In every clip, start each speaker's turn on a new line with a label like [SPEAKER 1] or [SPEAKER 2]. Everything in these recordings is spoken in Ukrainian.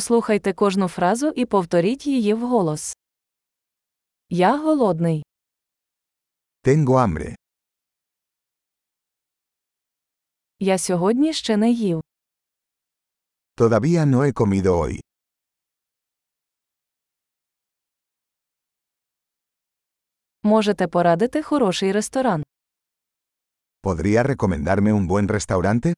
[SPEAKER 1] Послухайте кожну фразу і повторіть її вголос. Я голодний.
[SPEAKER 2] Tengo hambre.
[SPEAKER 1] Я сьогодні ще не їв.
[SPEAKER 2] Todavía no he comido hoy.
[SPEAKER 1] Можете порадити хороший ресторан.
[SPEAKER 2] ¿Podría recomendarme un buen restaurante?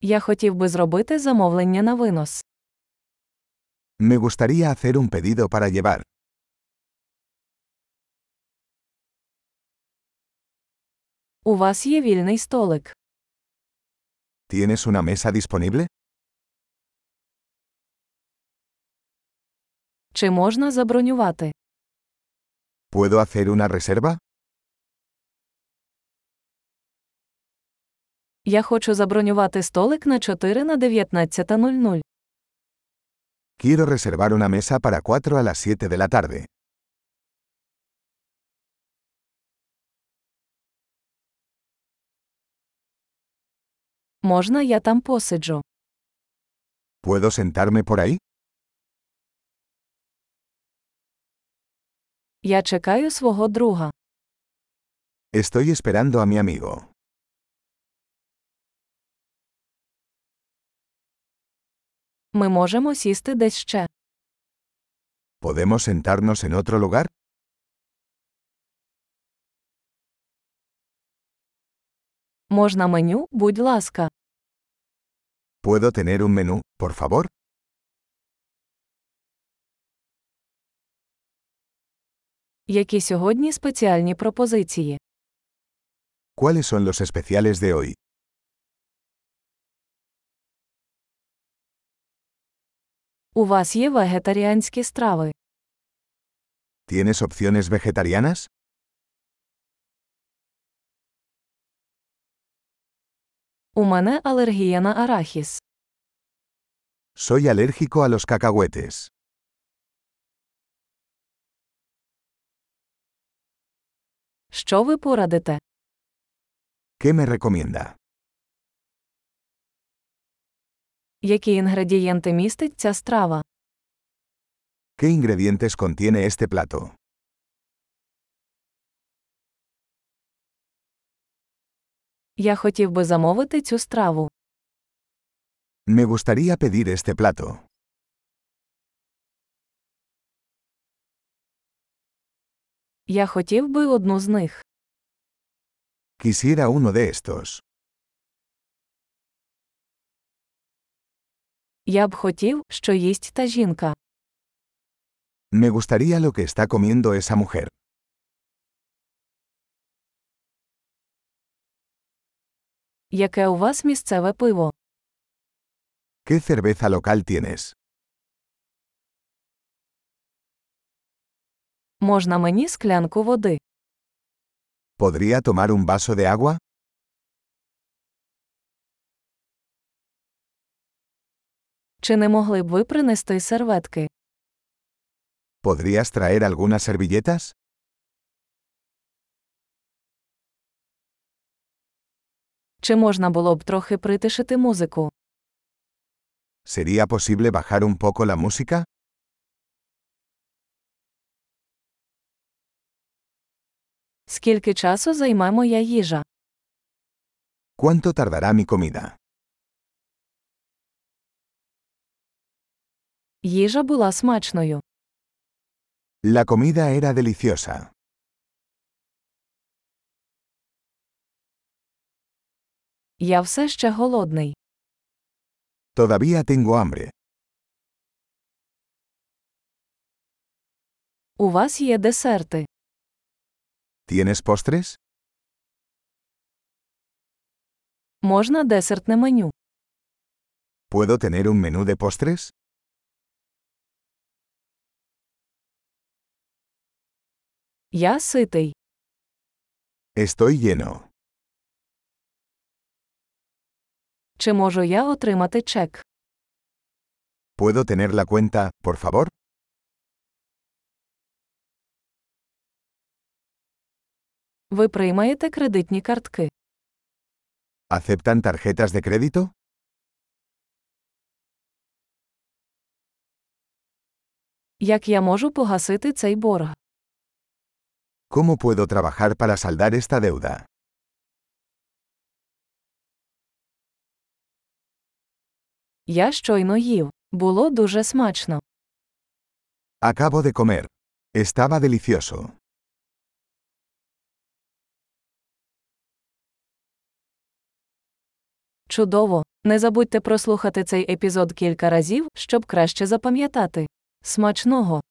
[SPEAKER 1] Я хотів би зробити замовлення на винос.
[SPEAKER 2] Me gustaría hacer un pedido para llevar.
[SPEAKER 1] У вас є вільний столик.
[SPEAKER 2] ¿Tienes una mesa disponible?
[SPEAKER 1] Чи можна забронювати?
[SPEAKER 2] ¿Puedo hacer una reserva?
[SPEAKER 1] Я хочу забронювати столик на 4 на 19.00.
[SPEAKER 2] Quiero reservar una mesa para 4 a las 7 de la tarde.
[SPEAKER 1] Можна я там посиджу?
[SPEAKER 2] ¿Puedo sentarme por ahí?
[SPEAKER 1] Я чекаю свого друга.
[SPEAKER 2] Estoy esperando a mi amigo.
[SPEAKER 1] Ми можемо сісти десь ще.
[SPEAKER 2] ¿Podemos sentarnos en otro lugar?
[SPEAKER 1] Можна меню, будь ласка.
[SPEAKER 2] ¿Puedo tener un menú, por favor?
[SPEAKER 1] Які сьогодні спеціальні пропозиції?
[SPEAKER 2] ¿Cuáles son los especiales de hoy?
[SPEAKER 1] У вас є вегетаріанські страви.
[SPEAKER 2] ¿Tienes opciones vegetarianas?
[SPEAKER 1] У мене алергія на арахіс.
[SPEAKER 2] Soy alérgico a los cacahuetes.
[SPEAKER 1] Що ви порадите?
[SPEAKER 2] ¿Qué me recomienda?
[SPEAKER 1] Які інгредієнти містить ця страва?
[SPEAKER 2] ¿Qué ingredientes contiene este plato?
[SPEAKER 1] Я хотів би замовити цю страву.
[SPEAKER 2] Me gustaría pedir este plato.
[SPEAKER 1] Я хотів би одну з них.
[SPEAKER 2] Quisiera uno de estos.
[SPEAKER 1] Я б хотів, що їсть та жінка.
[SPEAKER 2] Me gustaría lo que está comiendo esa mujer.
[SPEAKER 1] Яке у вас місцеве пиво?
[SPEAKER 2] ¿Qué cerveza local tienes?
[SPEAKER 1] Можна мені склянку води?
[SPEAKER 2] ¿Podría tomar un vaso de agua?
[SPEAKER 1] Чи не могли б ви принести серветки?
[SPEAKER 2] ¿Podrías traer algunas servilletas?
[SPEAKER 1] Чи можна було б трохи притишити музику?
[SPEAKER 2] ¿Sería posible bajar un poco la música?
[SPEAKER 1] Скільки часу займе моя їжа?
[SPEAKER 2] ¿Cuánto tardará mi comida?
[SPEAKER 1] Їжа була смачною.
[SPEAKER 2] La comida era deliciosa.
[SPEAKER 1] Я все ще голодний.
[SPEAKER 2] Todavía tengo hambre.
[SPEAKER 1] У вас є десерти.
[SPEAKER 2] ¿Tienes postres?
[SPEAKER 1] Можна десертне меню.
[SPEAKER 2] ¿Puedo tener un menú de postres?
[SPEAKER 1] Я ситий.
[SPEAKER 2] Estoy lleno.
[SPEAKER 1] Чи можу я отримати чек?
[SPEAKER 2] ¿Puedo tener la cuenta, por favor?
[SPEAKER 1] Ви приймаєте кредитні картки.
[SPEAKER 2] ¿Aceptan tarjetas de crédito?
[SPEAKER 1] Як я можу погасити цей борг?
[SPEAKER 2] ¿Cómo puedo trabajar para saldar esta deuda?
[SPEAKER 1] Я щойно їв. Було дуже смачно.
[SPEAKER 2] Acabo de comer. Estaba delicioso.
[SPEAKER 1] Чудово! Не забудьте прослухати цей епізод кілька разів, щоб краще запам'ятати. Смачного!